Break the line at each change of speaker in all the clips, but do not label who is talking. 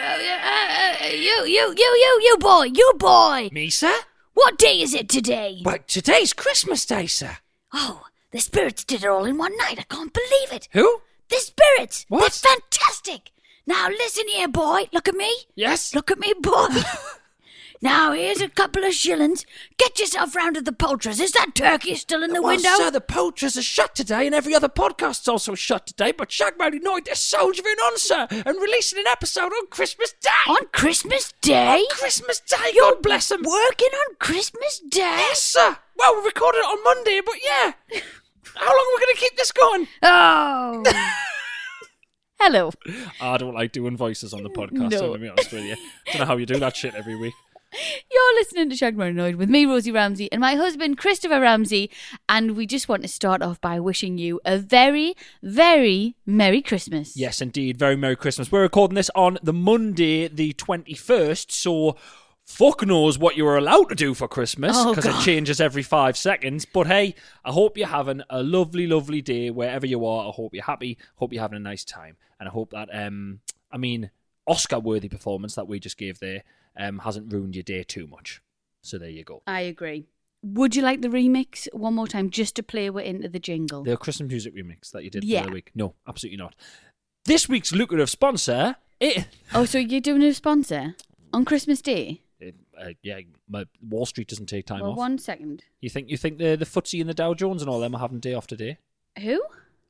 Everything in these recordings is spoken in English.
Uh, uh, uh, you, you, you, you, you boy, you boy!
Me, sir?
What day is it today?
Well, today's Christmas Day, sir.
Oh, the spirits did it all in one night. I can't believe it.
Who?
The spirits!
What?
That's fantastic! Now listen here, boy. Look at me.
Yes?
Look at me, boy. now here's a couple of shillings. Get yourself round to the poulterers. Is that turkey still in the
well,
window?
sir, the poachers are shut today, and every other podcast's also shut today, but Shagman United are soldiering on, sir, and releasing an episode on Christmas Day!
on Christmas Day?
Christmas Day,
You're
God bless them!
Working on Christmas Day?
Yes, sir! Well, we recorded it on Monday, but yeah! How long are we going to keep this going?
Oh.
Hello.
I don't like doing voices on the podcast,
No.
so to be honest with you. don't know how you do that shit every week.
You're listening to Shagmar Annoyed with me, Rosie Ramsey, and my husband, Christopher Ramsey. And we just want to start off by wishing you a very, very Merry Christmas.
Yes, indeed. Very Merry Christmas. We're recording this on the Monday, the 21st, so fuck knows what you were allowed to do for Christmas
Oh,
because
God.
it changes every five seconds. But hey, I hope you're having a lovely, lovely day wherever you are. I hope you're happy. Hope you're having a nice time. And I hope that, um, I mean, Oscar worthy performance that we just gave there um, hasn't ruined your day too much. So there you go.
I agree. Would you like the remix one more time just to play we're into the jingle?
The Christmas music remix that you did
Yeah.
the other week. No, absolutely not. This week's lucrative sponsor. It,
Oh, so you're doing a sponsor on Christmas Day?
it- uh, yeah, my Wall Street doesn't take time
well,
off.
one second.
You think you think the the FTSE and the Dow Jones and all them are having day off today?
Who?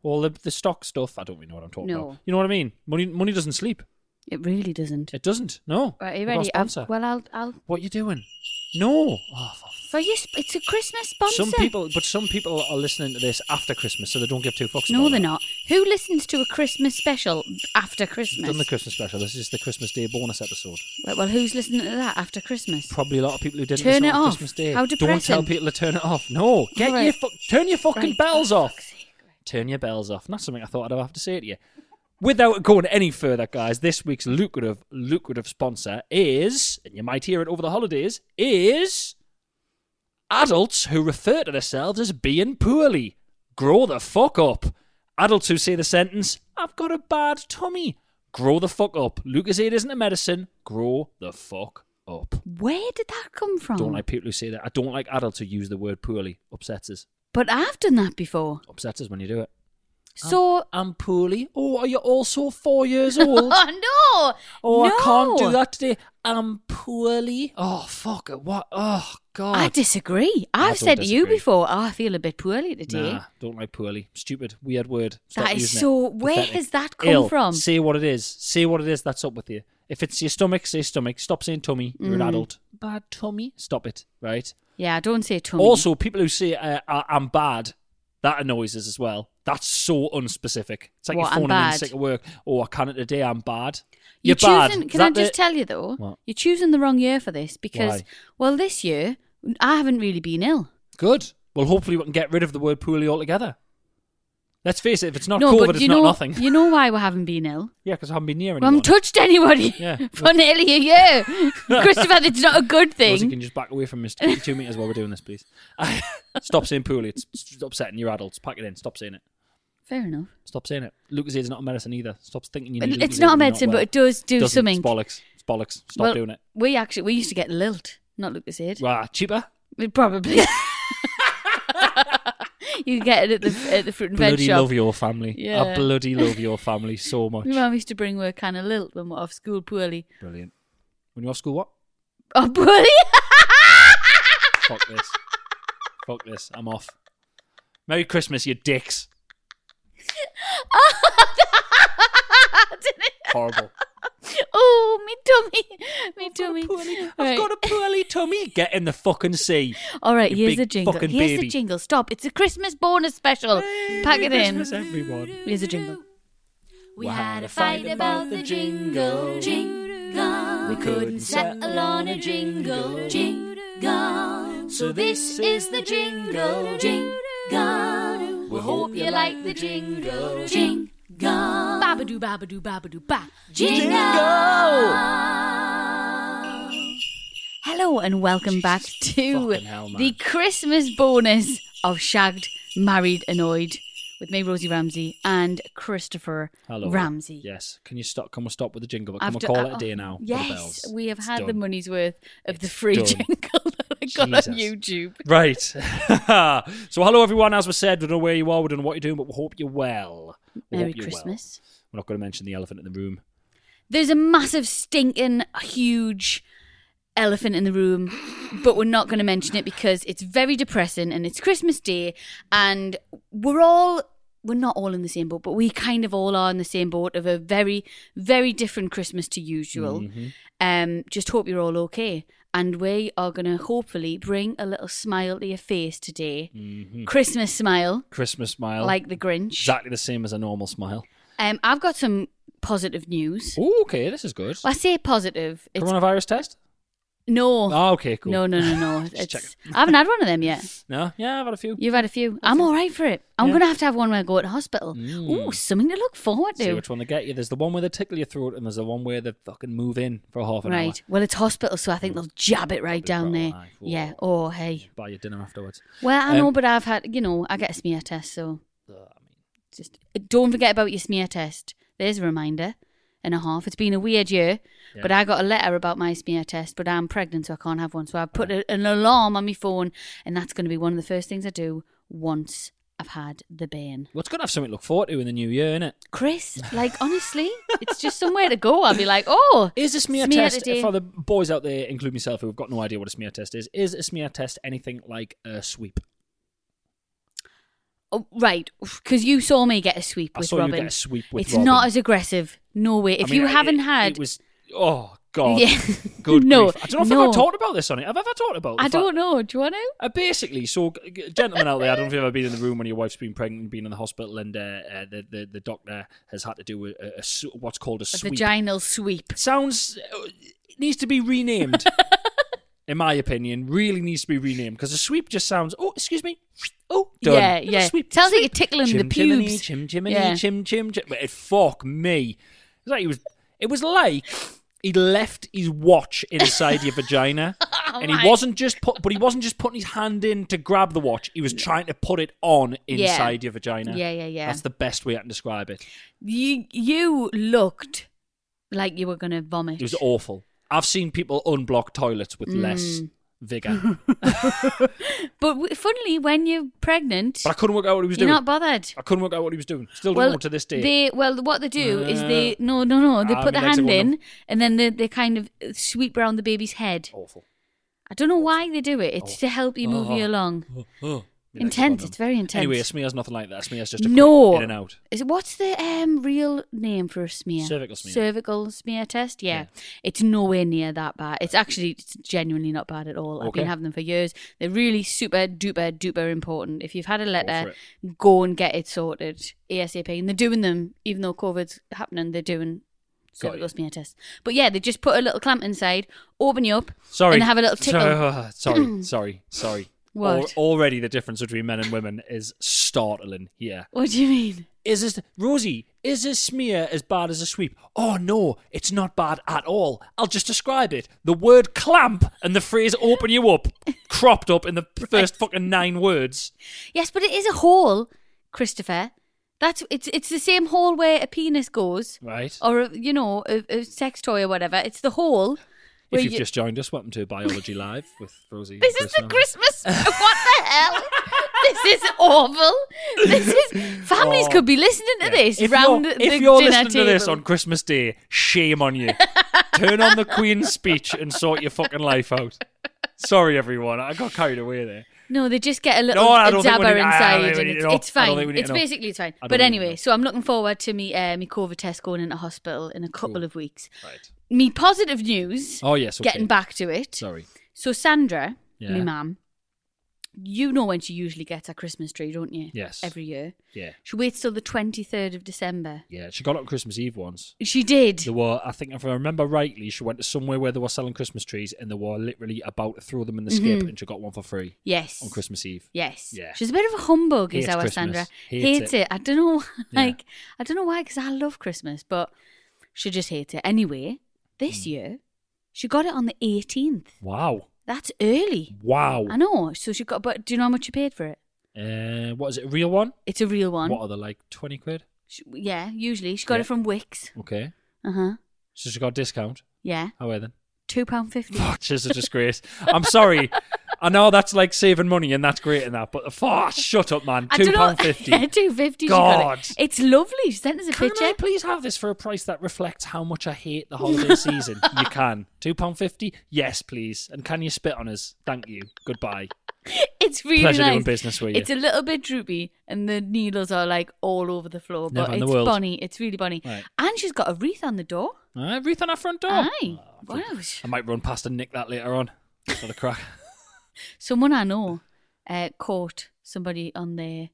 All the the stock stuff. I don't really know what I'm talking
No.
about. You know what I mean? Money money doesn't sleep.
It really doesn't.
It doesn't. No.
right, are you
We've got a
ready? I've-
sponsor.
well, I'll, I'll.
what you doing? No. Oh, for
For you, sp- it's a Christmas sponsor.
Some people, but some people are listening to this after Christmas, so they don't give two fucks.
No,
about
they're
that.
not. Who listens to a Christmas special after Christmas?
Done the Christmas special. This is the Christmas Day bonus episode.
Right, well, who's listening to that after Christmas?
Probably a lot of people who didn't
Turn
listen
it
on
off.
Christmas Day.
How
Don't
depressing.
tell people to turn it off. No, get
Alright.
your fu- turn your fucking
Right.
bells
Oh,
off.
fuck's sake.
Turn your bells off. Not something I thought I'd have to say to you. Without going any further, guys, this week's lucrative lucrative sponsor is, and you might hear it over the holidays, is adults who refer to themselves as being poorly. Grow the fuck up. Adults who say the sentence, I've got a bad tummy. Grow the fuck up. Lucasade isn't a medicine. Grow the fuck up.
Where did that come from?
Don't like people who say that. I don't like adults who use the word poorly. Upsets us.
But I've done that before.
Upsets us when you do it. Oh.
So.
I'm poorly. Oh, are you also four years old?
oh, no!
oh,
No!
I can't do that today. I'm poorly. Oh, fuck. it. What? Oh, God.
I disagree.
I
I've
don't
said to you
disagree.
before, "Oh, I feel a bit poorly today.
Nah, don't like poorly. Stupid. Weird word. Stop
that is
using it.
so. Where
Pathetic.
has that come
Ill.
from?
Say what it is. Say what it is that's up with you. If it's your stomach, say stomach. Stop saying tummy. You're an
Mm.
adult. Bad tummy. Stop it. Right?
yeah, don't say tummy.
Also, people who say uh, I- I'm bad, that annoys us as well. That's so unspecific. It's like
What,
you're
I'm
phoning in
bad?
sick at work. Oh, I can't today. I'm bad.
you're
You're bad.
choosing.
Is
Can I
that the-
just tell you though?
What?
You're choosing the wrong year for this because,
Why?
well, this year I haven't really been ill.
Good. Well, hopefully we can get rid of the word poorly altogether. Let's face it. If it's not
no,
COVID,
but
it's
you
not
know,
nothing.
you know why we haven't been ill.
Yeah, because I haven't been near
We haven't
anyone.
touched anybody
Yeah.
for nearly a year, Christopher. It's not a good thing.
Rosie, can you just back away from Mister Two meters while we're doing this, please. Stop saying poorly. It's it's upsetting your adults. Pack it in. Stop saying it.
Fair enough.
Stop saying it. Lucasaide's not a medicine either. Stop thinking you need.
It's not a
Lucozade when you're
medicine,
well.
but it does do
Doesn't.
something.
It's bollocks. It's bollocks. Stop
Well,
doing it.
We actually we used to get lilt, not Lucasade.
Right, cheaper.
Probably. you get it at the at the fruit and veg
bloody
shop.
love your family. I
Yeah.
bloody love your family so much.
My mum used to bring her a can of lilt when we we're off school poorly.
Brilliant. When you're off school, what?
Oh, poorly?
Fuck this. Fuck this. I'm off. Merry Christmas, you dicks. Horrible.
oh, me tummy, me tummy. Right.
I've got a poorly tummy. Get in the fucking sea.
All right,
you
here's
big
the jingle.
fucking
Here's
baby.
the jingle. Stop. It's a Christmas bonus special. Pack it in.
Christmas, eh? everyone.
Here's the jingle.
We had a fight about the jingle, jingle. We couldn't settle on a jingle, jingle. So this is the jingle, jingle. We hope you like the jingle, jingle. Babadoo, babadoo, babadoo, ba. Jingle.
Hello and welcome back to
fucking hell, man.
the Christmas bonus of Shagged, Married, Annoyed with me, Rosie Ramsey, and Christopher
Hello.
Ramsey.
Yes. Can you stop? Can we stop with the jingle? But can
After-
we call it
oh,
a day now? for the
Yes,
bells?
we have
It's
had the
done.
money's worth of the
It's
free
done.
jingle that I got on
Jesus.
YouTube.
Right. so, hello everyone. As we said, we don't know where you are, we don't know what you're doing, but we hope you're well. We
Merry
hope you're well.
Christmas.
We're not going to mention the elephant in the room.
There's a massive, stinking, huge elephant in the room, but we're not going to mention it because it's very depressing and it's Christmas Day, and we're all. We're not all in the same boat, but we kind of all are in the same boat of a very, very different Christmas to usual. Um, just hope you're all okay. And we are going to hopefully bring a little smile to your face today. Christmas smile,
Christmas smile.
like the Grinch.
exactly the same as a normal smile.
Um, I've got some positive news.
Ooh, okay, this is good.
Well, I say positive. It's
Coronavirus test?
no,
Oh, okay, cool.
no, no, no, no.
Just
It's-
checking.
I haven't had one of them yet.
No? Yeah, I've had a few.
You've had a few. I'm all right for it. I'm
Yeah. Mm.
gonna have to have one when I go to hospital. Ooh, something to look forward
See
to.
which one they get you. There's the one where they tickle your throat, and there's the one where they fucking move in for half an
Right. Well, it's hospital, so I think they'll jab it right down
right
there.
alive. Whoa.
Yeah. Oh,
hour.
hey.
Buy your dinner afterwards.
Well, I know,
Um,
but I've had, you know, I get a smear test, so just don't forget about your smear test. There's a reminder and a half. It's been a weird year, but I got a letter about my smear test, but I'm pregnant, so I can't have one. So I put
Uh-huh.
a, an alarm on my phone, and that's going to be one of the first things I do once I've had the bane.
Well, it's good to have something to look forward to in the new year, isn't it?
Chris, like honestly, it's just somewhere to go. I'll be like, oh,
Is a smear,
Smear
test
today.
for the boys out there, including myself, who have got no idea what a smear test is? Is a smear test anything like a sweep?
oh right, because you saw me get a sweep
I
with
saw you
Robin.
get a sweep with
it's
Robin.
not as aggressive. No way.
I
If
mean,
you
I-
haven't
it-
had,
it was oh god,
Yeah.
good
No,
grief. I don't
no.
know if I've ever talked about this on it. Have I ever talked about? the
I
fact-
don't know. Do you want to?
Uh, basically, so g- g- gentlemen out there, I don't know if you've ever been in the room when your wife's been pregnant, and been in the hospital, and uh, uh, the, the the doctor has had to do a, a- a su- what's called a
A
sweep.
vaginal sweep.
Sounds uh, it needs to be renamed, in my opinion. Really needs to be renamed because a sweep just sounds. Oh, excuse me. Oh, done.
Yeah,
Little
yeah.
Sweep,
Sounds like
sweep.
you're tickling the
chim, chiminy,
pubes.
Chim chiminy,
Yeah.
chim chim chim. But it, fuck me. It was like he was. It was like. He left his watch inside your vagina, and he
Oh my
wasn't just put, but he wasn't just putting his hand in to grab the watch. He was trying to put it on
Yeah.
inside your vagina.
Yeah, yeah, yeah.
That's the best way I can describe it.
You you looked like you were gonna vomit.
It was awful. I've seen people unblock toilets with less
Mm.
vigor,
But w- funnily, when you're pregnant,
but I couldn't work out what he was
you're
doing.
not bothered.
I couldn't work out what he was doing. Still don't
Well,
know to this day.
They, well, what they do is they
Uh,
no no no they
ah,
put
my
the
legs are
hand
going
in
numb.
and then they, they kind of uh, sweep round the baby's head.
awful.
I don't know why they do it. It's
Oh.
to help you move you along.
My legs are
Intense,
going
it's very
numb.
intense.
Anyway, a smear's nothing like that. A smear's just a
No.
quick in and out.
Is what's the um real name for a smear?
Cervical smear.
Cervical smear test. Yeah,
Yeah.
it's nowhere near that bad. It's actually it's genuinely not bad at all. I've been
Okay.
having them for years. They're really super duper duper important. If you've had a letter,
for
go and get it sorted ASAP. And they're doing them even though COVID's happening. They're doing.
Got
cervical
you.
smear tests. But yeah, they just put a little clamp inside, open you up,
Sorry.
and have a little tickle.
Sorry, sorry, sorry. sorry.
What?
Al- already the difference between men and women is startling here.
What do you mean?
Is this Rosie, is a smear as bad as a sweep? Oh no, it's not bad at all. I'll just describe it. The word clamp and the phrase open you up cropped up in the first fucking nine words.
Yes, but it is a hole, Christopher. That's it's it's the same hole where a penis goes.
Right.
or a, you know a, a sex toy or whatever. It's the hole, Where
If you've
you-
just joined us, welcome to Biology Live with Rosie. and
This
Chris
is the
and Emma.
Christmas. what the hell? This is awful. This is families
Oh.
could be listening to this
If
round
you're,
the
if you're
dinner
listening
table.
to this on Christmas Day, shame on you. Turn on the Queen's speech and sort your fucking life out. Sorry, everyone. I got carried away there.
No, they just get a little
No, I
a
don't think we
dabber
need- I
inside,
don't think we
and
need
it's, it's
to know. I don't
fine.
think we need
It's
to know.
basically it's fine.
I don't
But
think we need to
anyway,
know.
so I'm looking forward to me uh, me COVID test going into hospital in a couple of weeks.
Right.
Me positive news.
Oh, yes. Okay.
Getting back to it.
Sorry.
So Sandra,
Yeah.
me mum, you know when she usually gets her Christmas tree, don't you?
Yes.
Every year.
Yeah.
She waits till the 23rd of December.
Yeah. She got it on Christmas Eve once.
She did.
There were, I think, if I remember rightly, she went to somewhere where they were selling Christmas trees and they were literally about to throw them in the skip
Mhm.
and she got one for free
yes.
on Christmas Eve.
Yes.
Yeah.
She's a bit of a humbug, is
Hates
our
Christmas.
Sandra.
Hates
it.
it.
I don't know.
Yeah.
Like, I don't know why, because I love Christmas, but she just hates it. Anyway, this
Hmm.
year, she got it on the 18th.
Wow.
That's early.
Wow.
I know. So she got, but do you know how much she paid for it?
Uh, what is it? A real one?
It's a real one.
What are they, like 20 quid?
She- yeah, usually. She got
Yeah.
it from Wix.
Okay.
Uh huh.
So she got a discount.
Yeah.
How are then?
Two pound fifty.
Which is a disgrace. I'm sorry. I know that's like saving money and that's great and that, but oh, shut up, man. Two pound fifty.
yeah, two fifty. she got
God.
it. It's lovely. She sent us a
Can
picture.
I please have this for a price that reflects how much I hate the holiday season? You can. Two pound fifty. Yes, please. And can you spit on us? Thank you. Goodbye.
It's really
Pleasure
nice.
doing business with you.
It's a little bit droopy, and the needles are like all over the floor, but
Never in
it's
the world.
bunny. It's really bunny.
Right.
And she's got a wreath on the door.
Uh, wreath on our front door. Oh,
Aye. wow.
I might run past and nick that later on for the crack.
Someone I know uh, caught somebody on their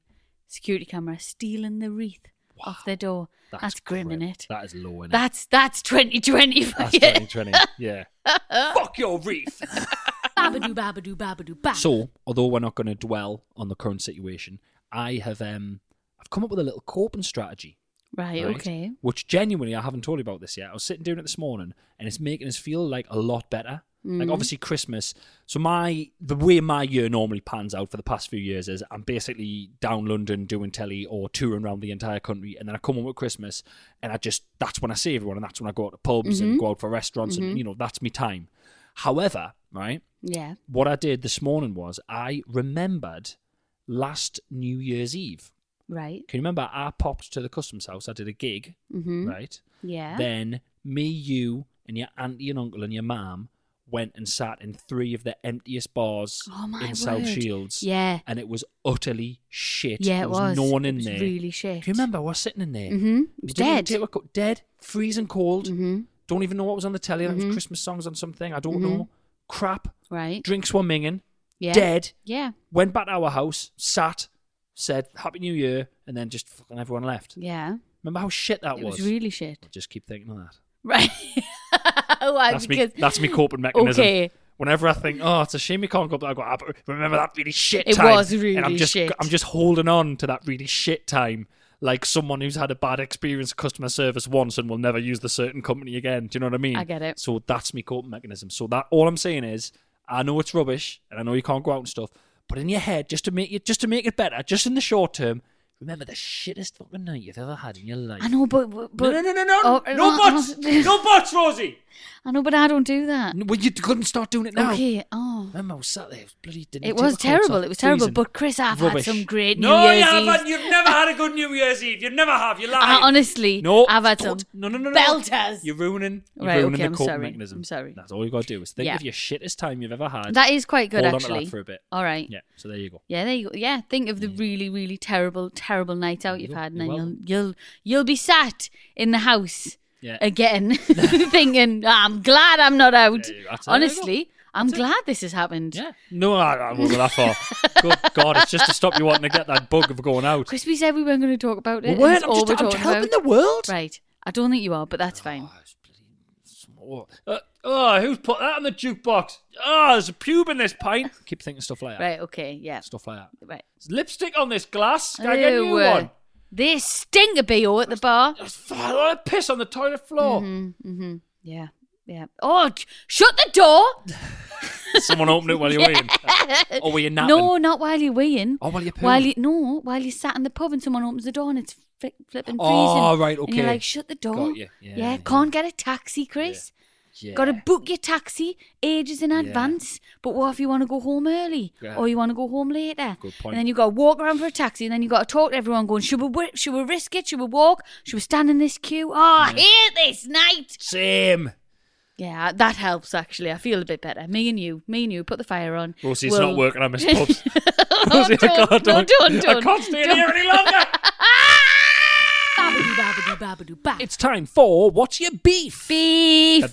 security camera stealing the wreath off their door. That's, grim, in it.
That is low in it.
That's that's 2020 for
That's
you.
2020. Yeah. Fuck your wreath.
babadoo, babadoo, babadoo, ba.
So, although we're not going to dwell on the current situation, I have um, I've come up with a little coping strategy.
right,
right?
okay.
Which genuinely, I haven't told you about this yet. I was sitting doing it this morning, and it's making us feel like a lot better. Like obviously Christmas. So my the way my year normally pans out for the past few years is I'm basically down London doing telly or touring around the entire country, and then I come home at Christmas, and I just that's when I see everyone, and that's when I go out to pubs and go out for restaurants, and you know that's my time. However, right,
Yeah.
what I did this morning was I remembered last New Year's Eve.
Right.
Can you remember? I popped to the customs house. I did a gig,
Mm-hmm.
right?
Yeah.
Then me, you, and your auntie and uncle and your mum went and sat in three of the emptiest bars
Oh my
in South
word.
Shields.
Yeah.
And it was utterly shit.
Yeah,
there
it
was,
was.
no one in
It was
there.
really shit.
Do you remember? We're sitting in there.
Mm-hmm.
We didn't even
Dead.
take a co- dead, freezing cold.
Mm-hmm.
Don't even know what was on the telly. I think it
Mhm.
was Christmas songs on something. I don't
Mhm.
know. Crap.
Right.
Drinks were minging.
Yeah.
Dead.
Yeah.
went back to our house, sat, said Happy New Year, and then just fucking everyone left.
Yeah.
Remember how shit that
Mm. it was. really shit.
I just keep thinking of that.
Right. Why?
That's me.
Uh, because
That's me coping mechanism.
Okay.
Whenever I think, oh, it's a shame you can't go back, I go. "Ah, but remember that really shit.
It
time."
was really
and I'm just,
shit.
I'm just holding on to that really shit time, like someone who's had a bad experience of customer service once and will never use the certain company again. Do you know what I mean?
I get it.
So that's me coping mechanism. So that all I'm saying is, I know it's rubbish, and I know you can't go out and stuff, but in your head, just to make you, just to make it better, just in the short term, remember the shittest fucking night you've ever had in your life.
I know, but but
No, no, no, no, no,
Oh,
no
uh,
buts,
uh,
no buts, Rosie.
I know, but I don't do that.
Well, you couldn't start doing it now.
Okay. Oh.
Remember, I was sat there. It was bloody. Didn't
It
take
was
my clothes
terrible.
off,
It was terrible.
freezing.
But Chris, I've
Rubbish.
had some great
no,
New Year's
you haven't.
Eves.
You've never had a good New Year's Eve. You never have. You're lying.
I honestly,
no,
I've had some
don't. No, no, no, no.
belters.
You're ruining. You're
Right,
ruining
okay,
the
I'm
coping
sorry.
mechanism.
I'm sorry.
That's all you got to do is think
Yeah.
of your shittest time you've ever had.
That is quite good,
Hold on to that
actually.
for a bit.
All right.
yeah. So there you go.
Yeah, there you go. Yeah, think of the really, really terrible, terrible night out
you
you've
go.
had, and
You're
then you'll
welcome.
you'll you'll be sat in the house
Yeah.
again, thinking, "I'm glad I'm not out."
Yeah, that's it.
Honestly, I'm glad this has happened.
Yeah. No, I, I won't go that far. Good God, it's just to stop you wanting to get that bug of going out.
Chris, we said we weren't going to talk about it.
Well,
and
wait,
it's
I'm
all
just,
we're
I'm
talking
helping
about.
the world.
Right. I don't think you are, but that's fine.
Oh, uh, oh, who's put that on the jukebox? Oh, there's a pube in this pint. Keep thinking stuff like that.
Right. Okay. Yeah.
Stuff like that.
Right.
There's lipstick on this glass. Can I get a
Ew,
new
uh,
one?
This stinker bo at the bar.
There's f- a lot of piss on the toilet floor.
Mm-hmm. Yeah. Yeah. Oh, j- shut the door.
Someone opened it while you're eating. Or were you napping?
No, not while you're weighing.
Oh, while you're pooing.
While you no, while you sat in the pub and someone opens the door and it's fli flipping freezing.
Oh, right,
And you're
okay.
like, shut the door.
you.
yeah,
Yeah, yeah.
can't get a taxi, Chris.
Yeah.
Got to book your taxi ages in advance. But what if you want to go home early
Yeah.
or you want to go home later?
Good point.
And then you got to walk around for a taxi, and then you got to talk to everyone, going, "Should we? wi- Should we risk it? Should we walk? Should we stand in this queue? Oh, I hate this night."
Same.
Yeah, that helps actually. I feel a bit better. Me and you, me and you, put the fire on.
We'll see. It's
We'll-
not working. I miss pubs.
Oh,
Rosie, I
don't,
can't-
no, don't,
I
don't,
can't stay in
don't.
here any longer.
Babadoo, babadoo, babadoo, ba.
it's time for what's your beef?
beef.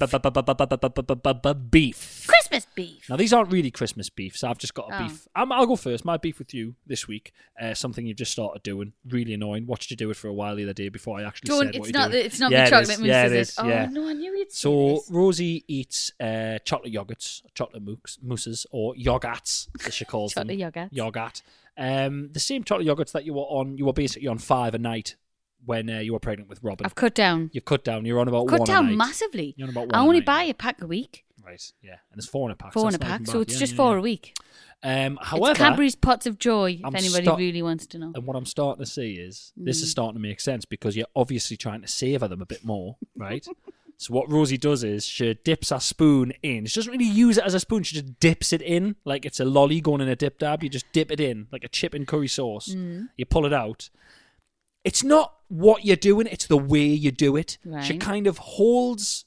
Beef.
Christmas beef.
Now these aren't really Christmas beefs. I've just got a
Oh.
beef. Um, I'll go first. My beef with you this week. Uh, something you've just started doing. Really annoying. Watched you do it for a while the other day before I actually
Don't.
said what
It's
you're
not.
doing.
The, it's not
Yeah,
the
it
chocolate
is.
mousse.
Yeah,
is
it
it?
is.
Oh
yeah.
no, I knew you'd. say
So
this.
Rosie eats uh, chocolate yogurts, chocolate mooks, mousses, or yogurts, as she calls them.
Chocolate yogurts.
Yogurt. Um, the same chocolate yogurts that you were on. You were basically on five a night when uh, you were pregnant with Robin.
I've cut down.
You've cut down. You're on about
cut
one a
down
night.
massively.
You're on about
I
one a
only
night.
buy a pack a week,
Right. Yeah. And it's four in a pack.
four
so
in a
that's not
pack,
even
so
bad.
it's
Yeah,
just
yeah,
four
yeah.
a week.
Um, however,
it's Cadbury's Pots of Joy.
I'm
if anybody
stuck- Oh,
really wants to know,
And what I'm starting to see is this is starting to make sense because you're obviously trying to savor them a bit more, right? so what Rosie does is she dips her spoon in. She doesn't really use it as a spoon. She just dips it in like it's a lolly going in a dip dab. You just dip it in like a chip in curry sauce. You pull it out. It's not what you're doing; it's the way you do it. She
Right.
kind of holds.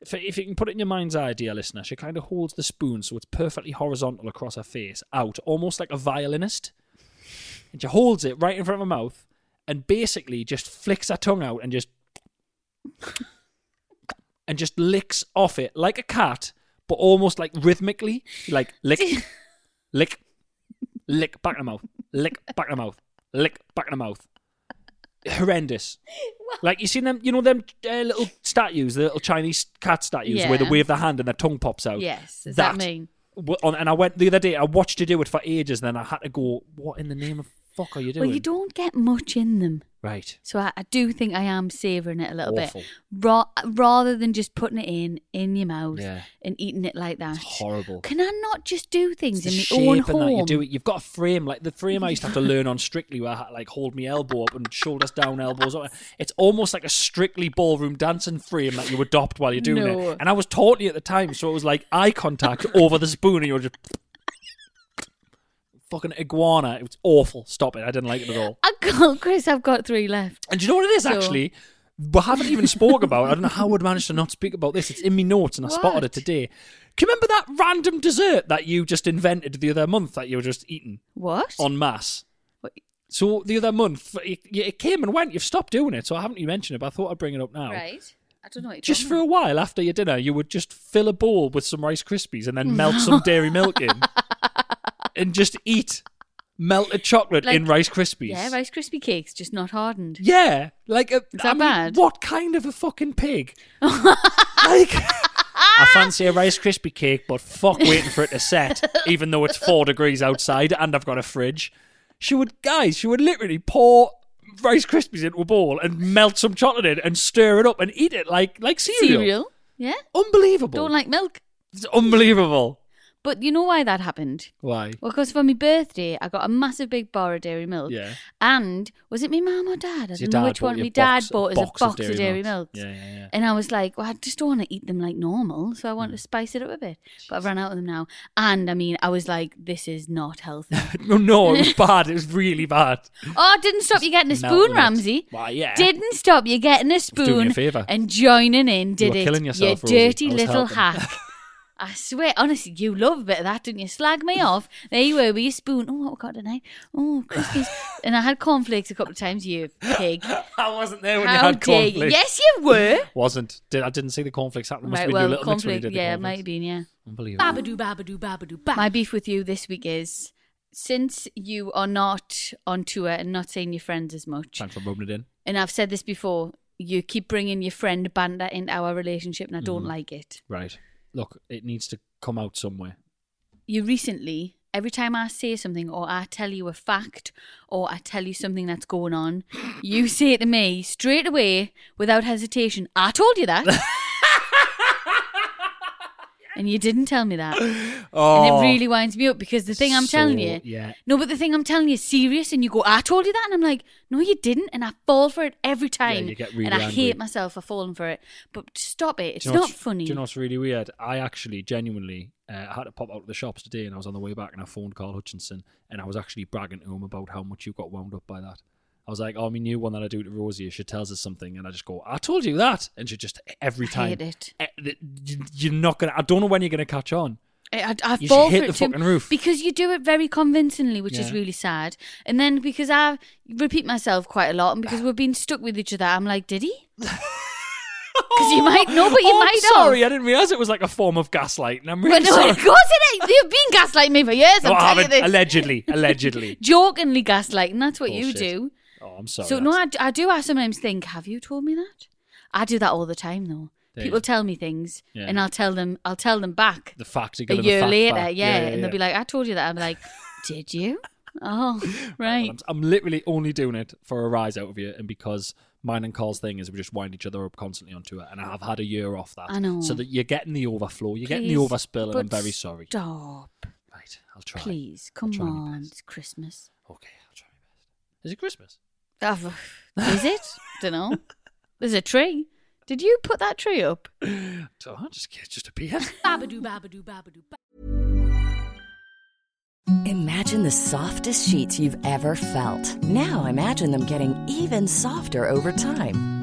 If, if you can put it in your mind's eye, dear listener, she kind of holds the spoon so it's perfectly horizontal across her face, out, almost like a violinist and she holds it right in front of her mouth and basically just flicks her tongue out and just and just licks off it like a cat, but almost like rhythmically, like lick, lick, lick back in her mouth, lick back in her mouth, lick back in her mouth. Horrendous. Like you seen them, you know them uh, little statues, the little Chinese cat statues where they
Yeah.
wave their hand and their tongue pops out.
yes, does that, mean?
w- on- and I went the other day. I watched you do it for ages, and then I had to go. What in the name of fuck are you doing?
Well, you don't get much in them,
Right.
so I, I do think I am savouring it a little
Awful.
bit, Ra- rather than just putting it in in your mouth
Yeah.
and eating it like that.
It's horrible.
Can I not just do
It's
things
the
in
shape
my own
and that
home?
you do it. You've got a frame like the frame I used to have to learn on Strictly, where I had to, like hold my elbow up and shoulders down, elbows up. It's almost like a Strictly ballroom dancing frame that you adopt while you're doing
No.
it. And I was taught you at the time, so it was like eye contact over the spoon, and you were just fucking iguana. It was awful. Stop it. I didn't like it at all.
I got Chris. I've got three left.
And do you know what it is
So-
actually? We haven't even spoke about. it. I don't know how I would manage to not speak about this. It's in me notes, and I spotted it
What?
today. Can you remember that random dessert that you just invented the other month that you were just eating
What?
en masse?
What?
So the other month, it, it came and went. You've stopped doing it, so I haven't even mentioned it. But I thought I'd bring it up now.
Right. I don't know. What you're
Just
talking
for a
about.
while after your dinner, you would just fill a bowl with some Rice Krispies and then melt some Dairy Milk in, and just eat melted chocolate in
Like-
Rice Krispies.
yeah, Rice crispy cakes, just not hardened.
Yeah, like a,
that
I mean,
bad?
What kind of a fucking pig? like, I fancy a Rice Krispie cake, but fuck waiting for it to set, even though it's four degrees outside and I've got a fridge. She would, guys, she would literally pour Rice Krispies into a bowl and melt some chocolate in and stir it up and eat it like like cereal.
Cereal. Yeah.
Unbelievable.
Don't like milk.
it's unbelievable.
But you know why that happened?
Why?
Well, because for my birthday, I got a massive big bar of dairy milk.
Yeah.
And was it my mum or dad? I
It's your
don't know
dad
which
bought
one.
you a
My dad
box- a
bought us a
box of
box
Dairy
of dairy
Milks.
milk.
Yeah, yeah, Hmm. yeah.
And I was like, well, I just don't want to eat them like normal, so I want to spice it up a bit. But I've run out of them now. And I mean, I was like, this is not healthy.
No, no, it was bad. It was really bad.
Oh, it didn't stop you getting a
Melted
spoon,
it.
Ramsey.
Why, yeah.
Didn't stop you getting a
doing
spoon.
you a favour.
And joining in, did
were
it?
killing
you
yourself, Rosie.
dirty
I was
little
helping.
hack. I swear, honestly, you love a bit of that, didn't you? Slag me off. There you were with your spoon. Oh, what we got tonight? Oh, Christmas. and I had cornflakes a couple of times, you pig.
I wasn't there when you
How
had
dare
cornflakes.
you? Yes, you were.
Wasn't. Did, I didn't see the cornflakes happen. It Must have
right,
been your
well,
little mix when you
cornflakes.
did the
Yeah, it might
cornflakes.
have been, yeah.
Unbelievable.
My beef with you this week is since you are not on tour and not seeing your friends as much,
Thanks for rubbing it in.
and I've said this before, you keep bringing your friend banter into our relationship, and I
Mm-hmm.
don't like it.
Right. Look, it needs to come out somewhere.
You recently, every time I say something or I tell you a fact or I tell you something that's going on, you say to me straight away without hesitation, I told you that. and you didn't tell me that.
Oh,
And it really winds me up because the thing I'm telling
So-
you,
yeah.
no, but the thing I'm telling you is serious, and you go, I told you that, and I'm like, no, you didn't, and I fall for it every time,
you get really
and I
angry.
hate myself for falling for it. But stop it, it's
Do you know
not
what's-
funny.
Do you know what's really weird? I actually genuinely uh, I had to pop out of the shops today, and I was on the way back, and I phoned Carl Hutchinson, and I was actually bragging to him about how much you got wound up by that. I was like, "Oh, my new one that I do to Rosie, she tells us something, and I just go, I told you that," and she just every
I
time.
hate it.
eh, th- you- You're not gonna. I don't know when you're gonna catch on.
I, I, I
You
fall
should hit
for it
the
too-
fucking roof.
because you do it very convincingly, which is
Yeah.
really sad. And then because I repeat myself quite a lot, and because we've been stuck with each other, I'm like, did he? Because you might know, but you
Oh, I'm
might
sorry,
not.
I didn't realize it was like a form of gaslighting. I'm really
But no,
sorry.
of course it is. You've been gaslighting me for years.
No,
I'm
I
telling you
haven't.
this.
Allegedly, allegedly.
Jokingly gaslighting. That's what you
Bullshit.
do.
Oh, I'm sorry.
so no,
that's-
I, I do. I sometimes think, have you told me that? I do that all the time though.
There you
People
go.
tell me things,
Yeah.
and I'll tell them. I'll tell them back
the fact you
a
got the
year
fact
later. Yeah,
back.
and they'll be like, I told you that. I'm like, did you? Oh,
Well,
right.
I'm, I'm literally only doing it for a rise out of you, and because mine and Carl's thing is we just wind each other up constantly onto it, and I have had a year off that.
I know.
So that you're getting the overflow, you're getting the
Please,
overspill, and I'm
but
very sorry.
Stop,
Right, I'll try.
please.
I'll
Come
try my
on,
best.
it's Christmas.
Okay, I'll try my best. Is it Christmas?
Oh, Is it? Don't know. There's a tree. Did you put that tree up?
Oh, I just it's just a beard.
Babadoo, babadoo, babadoo.
Imagine the softest sheets you've ever felt. Now imagine them getting even softer over time.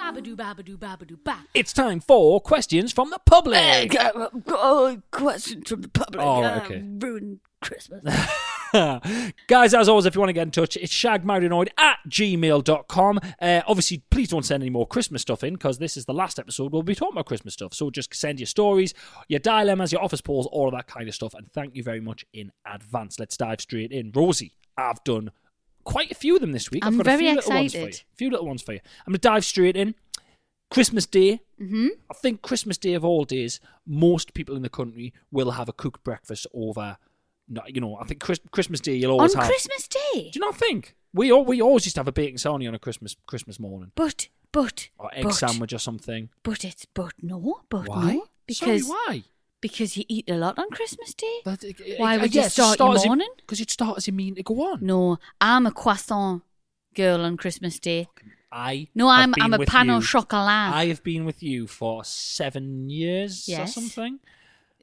Babadoo, babadoo, babadoo, ba.
It's time for questions from the public.
Oh, questions from the public.
All right, okay.
Ruined Christmas.
Guys, as always, if you want to get in touch, it's shagmarinoid at gmail.com. Uh, obviously, please don't send any more Christmas stuff in because this is the last episode we'll be talking about Christmas stuff. So just send your stories, your dilemmas, your office polls, all of that kind of stuff. And thank you very much in advance. Let's dive straight in. Rosie, I've done quite a few of them this week.
I'm
have got
very
a few little ones for
excited.
you. A few little ones for you. I'm going to dive straight in. Christmas Day.
hmm
I think Christmas Day of all days, most people in the country will have a cooked breakfast over. No, you know, I think Chris, Christmas Day you'll
On
always have.
Christmas Day.
Do you not think we all, we always used to have a bacon sarnie on a Christmas Christmas morning
But but
or Oh, egg
but,
sandwich or something?
But it's but no but
why?
no because
Sorry, why?
because you eat a lot on Christmas Day.
That-
Why would you start your morning?
Because you'd start as you mean to go on.
No, I'm a croissant girl on Christmas Day.
I
No,
have
I'm
been
I'm a
with
pan au
you-
chocolat.
I have been with you for seven years
Yes.
or something.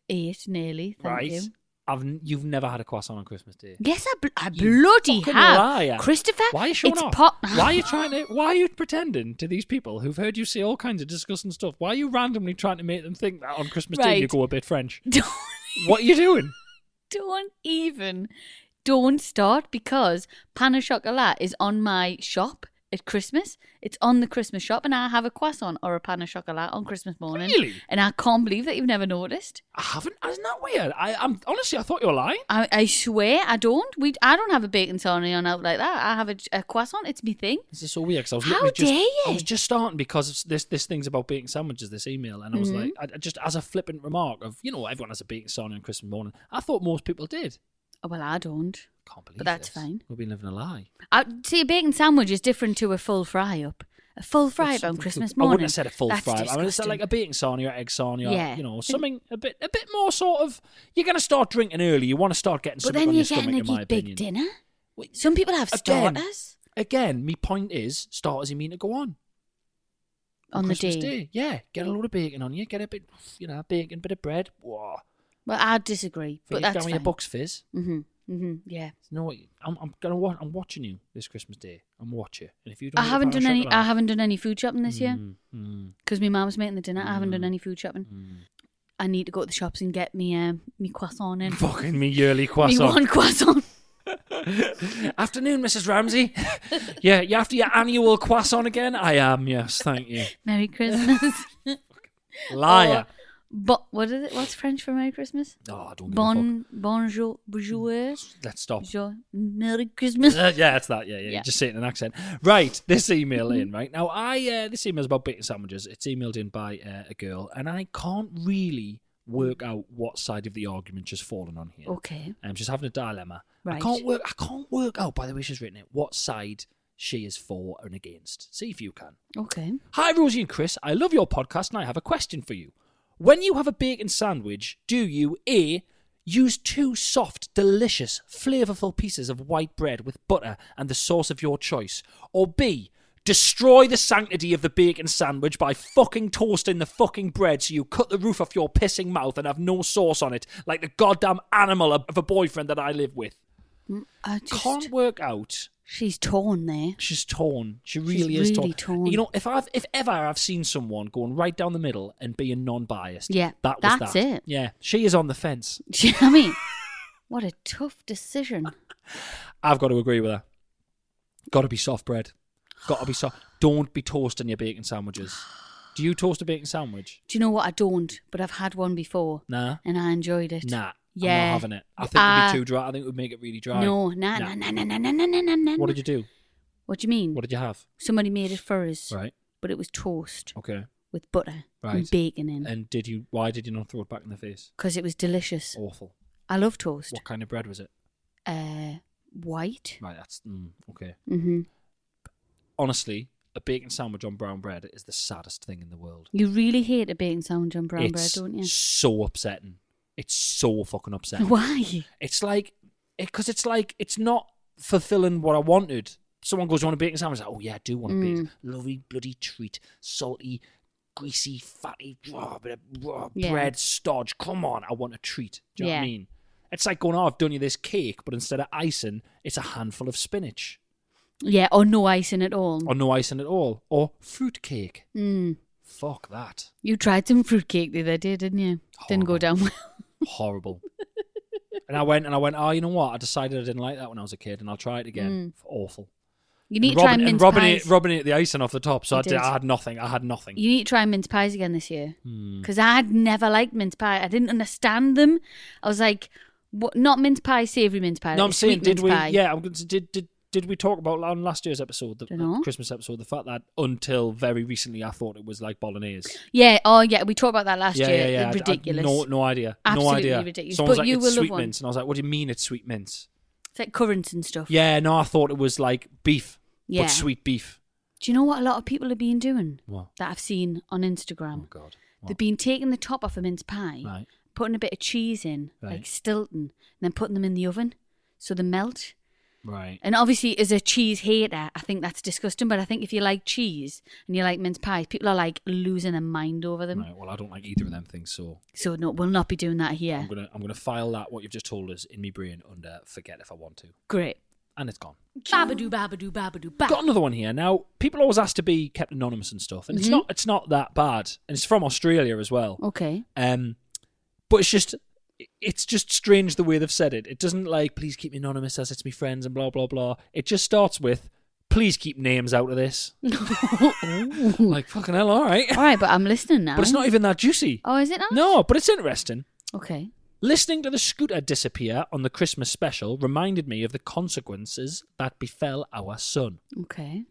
Eight nearly. Thank
right?
you.
I've n- you've never had a croissant on Christmas Day.
Yes, I, bl- I
You
bloody
fucking
have.
liar.
Christopher,
Why are you showing
it's
off?
pot-
why are you trying to? Why are you pretending to these people who've heard you say all kinds of disgusting stuff? Why are you randomly trying to make them think that on Christmas Day you
Right.
go a bit French?
don't,
What are you doing?
don't even don't start because pan au chocolat is on my shop at Christmas. It's on the Christmas shop, and I have a croissant or a pan of chocolate on Christmas morning.
Really?
And I can't believe that you've never noticed.
I haven't. Isn't that weird? I, I'm honestly, I thought you were lying.
I, I swear I don't. We I don't have a bacon sarnie on out like that. I have a, a croissant. It's me thing.
This is so weird. 'cause I was
How
literally just,
dare you?
I was just starting because it's this this thing's about baking sandwiches. This email, and I was
Mhm.
like, I, I just as a flippant remark of you know everyone has a baking sarnie on Christmas morning. I thought most people did.
Oh, Well, I don't.
Can't believe
But that's
this.
fine.
We've been living a lie.
I, see, a bacon sandwich is different to a full fry up. A full fry up on
Something
Christmas
cooked.
morning.
I wouldn't have said a full
That's
fry. I would have said
disgusting.
like a baking sarnie or egg sarnie, or,
Yeah.
you know, something a bit a bit more sort of. You're going to start drinking early. You want to start getting
But
something
then
on
you're
your stomach,
getting
in my
a big
opinion.
dinner. Some people have
Again,
starters
Again, my point is, starters you mean to go on.
on the
Christmas
day.
Yeah, get a load of bacon on you. Get a bit, you know, bacon, bit of bread. Whoa.
Well, I disagree, but
Fizz
that's
down
fine.
your box fizz.
hmm hmm Yeah.
You know what? I'm, I'm gonna watch. I'm watching you this Christmas day. I'm watching. you. And if you don't,
I
eat a
haven't
bar of
done any.
chocolate-
I haven't done any food shopping this year. 'Cause year
Mm, mm,
because my mum's making the dinner. I haven't done
Mm.
any food shopping.
mm.
I need to go to the shops and get me um me croissant in.
Fucking me yearly
Me
croissant.
one croissant.
Afternoon, Mrs. Ramsey. yeah, you after your annual croissant again? I am. Yes, thank you.
Merry Christmas.
Liar.
But what is it? What's French for Merry Christmas?
Oh, I don't give a fuck.
Bon bonjour bonjour.
Let's stop.
Jo- Merry Christmas.
Uh, yeah, it's that. Yeah, yeah.
Yeah. Mm-hmm.
You just say it in an accent. Right. This email in. Right now, I uh, this email's about bacon sandwiches. It's emailed in by uh, a girl, and I can't really work out what side of the argument she's fallen on here.
Okay.
Um, she's having a dilemma. I
Right.
can't work. I can't work out by the way she's written it what side she is for and against. See if you can.
Okay.
Hi, Rosie and Chris. I love your podcast, and I have a question for you. When you have a bacon sandwich, do you A, use two soft, delicious, flavourful pieces of white bread with butter and the sauce of your choice? Or B, destroy the sanctity of the bacon sandwich by fucking toasting the fucking bread so you cut the roof off your pissing mouth and have no sauce on it, like the goddamn animal of a boyfriend that I live with?
Mm, I just,
Can't work out
she's torn there.
She's torn. She
She's
really is
really torn.
You know, if I've if ever I've seen someone going right down the middle and being non-biased,
Yeah,
that was
that's
that.
it.
Yeah, she is on the fence.
Do you know what I mean? What a tough decision.
I've got to agree with her. Got to be soft bread. Got to be soft. Don't be toasting your bacon sandwiches. Do you toast a bacon sandwich?
Do you know what? I don't, but I've had one before
Nah,
and I enjoyed it.
nah. I'm
Yeah.
not having it. I think it'd
Ah.
be too dry. I think it would make it really dry.
No, nah, nah, nah, nah, nah, nah, nah, nah, nah.
What did you do?
What do you mean?
What did you have?
Somebody made it for us,
Right.
but it was toast
Okay.
with butter
Right.
and bacon in
And did you? Why did you not throw it back in the face?
because it was delicious.
Awful.
I love toast.
Oh. What kind of bread was it?
Uh, white.
Right. That's mm, okay.
Mm-hmm.
honestly, a bacon sandwich on brown bread is the saddest thing in the world.
You really hate a bacon sandwich on brown
it's
bread, don't you?
So upsetting. It's so fucking upsetting.
Why?
It's like because it's like it's not fulfilling what I wanted. Someone goes, "Do you want a bacon sandwich?" I was like, oh yeah, I do want a bacon.
Mm.
Lovely bloody treat, salty, greasy, fatty, raw, bit of raw
Yeah.
bread stodge. Come on, I want a treat. Do you know what
Yeah.
I mean? It's like going, "Oh, I've done you this cake," but instead of icing, it's a handful of spinach,
Yeah, or no icing at all.
or no icing at all, or fruit cake.
Mm.
Fuck that.
You tried some fruitcake the other day, didn't you? Didn't
Horrible.
go down well.
horrible. and I went and I went, oh, you know what? I decided I didn't like that when I was a kid, and I'll try it again. Awful.
Mm. You need
And
to try
robbing-
mince
and robbing
pies.
it, robbing it the icing off the top. So
You
I, did.
did.
I had nothing. I had nothing.
You need to try mince pies again this year
Hmm.
because I'd never liked mince pie. I didn't understand them. I was like, what? Not mince pie, savory mince pie.
no,
like
I'm
a sweet
saying, did
mince
we?
Pie.
Yeah, I'm going to, did did did we talk about on last year's episode, the
Dunno.
uh, Christmas episode, the fact that until very recently I thought it was like bolognese.
Yeah. Oh, yeah. We talked about that last
yeah,
year.
yeah, yeah. I- I-
Ridiculous.
no, no idea. no
Absolutely
idea.
ridiculous.
Someone's
But
like,
you
it's
will love
sweet
one.
mince, and I was like, what do you mean it's sweet mince?
It's like currants and stuff.
Yeah, no, I thought it was like beef,
Yeah.
but sweet beef.
Do you know what a lot of people have been doing
What?
that I've seen on Instagram?
Oh God.
They've been taking Um, the top off a mince pie,
Right.
putting a bit of cheese in,
Right.
like Stilton, and then putting them in the oven so they melt.
Right.
And obviously, as a cheese hater, I think that's disgusting. But I think if you like cheese and you like mince pies, people are like losing their mind over them.
Right. Well, I don't like either of them things, so
So no, we'll not be doing that here.
I'm gonna I'm gonna file that what you've just told us in my brain under forget if I want to,
Great.
and it's gone.
Babadoo, babadoo, babadoo, ba.
Got another one here. Now people always ask to be kept anonymous and stuff, and it's
Mhm.
not it's not that bad, and it's from Australia as well.
Okay.
Um, but it's just it's just strange the way they've said it. It doesn't like please keep me anonymous as it's me friends and blah blah blah. It just starts with Please keep names out of this.
Hmm.
like fucking hell, all right.
All right, but I'm listening now.
But it's not even that juicy.
Oh, is it not?
No, but it's interesting.
Okay.
Listening to the scooter disappear on the Christmas special reminded me of the consequences that befell our son.
Okay.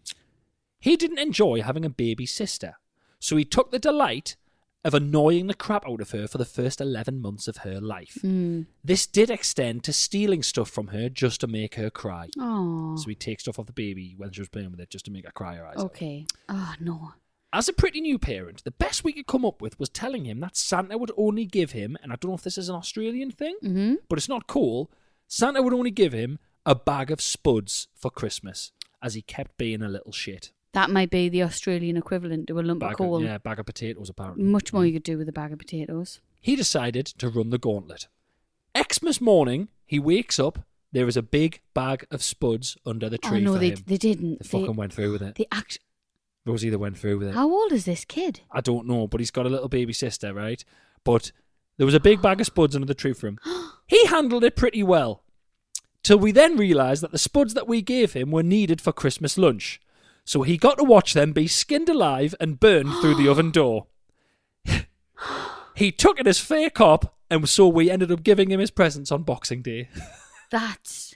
He didn't enjoy having a baby sister, so he took the delight of annoying the crap out of her for the first 11 months of her life.
Mm.
This did extend to stealing stuff from her just to make her cry.
Oh.
So he takes stuff off the baby when she was playing with it just to make her cry her eyes out.
Okay. Oh no.
As a pretty new parent, the best we could come up with was telling him that Santa would only give him, and I don't know if this is an Australian thing,
Mm-hmm.
but it's not cool. Santa would only give him a bag of spuds for Christmas, as he kept being a little shit.
That might be the Australian equivalent to a lump
Bag
of
of-
coal.
yeah, bag of potatoes apparently.
Much more you could do with a bag of potatoes.
He decided to run the gauntlet. Xmas morning, he wakes up. There is a big bag of spuds under the
oh
tree
no,
for
they
him.
they didn't.
They fucking went through with it.
They act.
Rosie, they went through with it.
How old is this kid?
I don't know, but he's got a little baby sister, right? But there was a big bag of spuds under the tree for him. He handled it pretty well. Till we then realised that the spuds that we gave him were needed for Christmas lunch. So he got to watch them be skinned alive and burned through the oven door. he took it as fair cop, and so we ended up giving him his presents on Boxing Day.
That's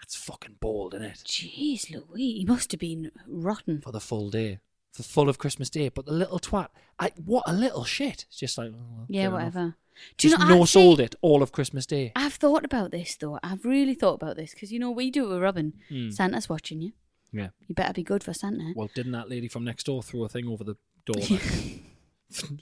That's fucking bold, isn't it?
jeez, Louis. He must have been rotten.
For the full day. For full of Christmas Day. But the little twat, I, what a little shit. It's just like, oh, well, fair
Yeah,
enough.
whatever. Do you
Just
know?
no
actually,
sold it all of Christmas Day.
I've thought about this though. I've really thought about this because you know we do it with Robin.
Hmm.
Santa's watching you.
Yeah.
You better be good for Santa.
Well, didn't that lady from next door throw a thing over the door? then?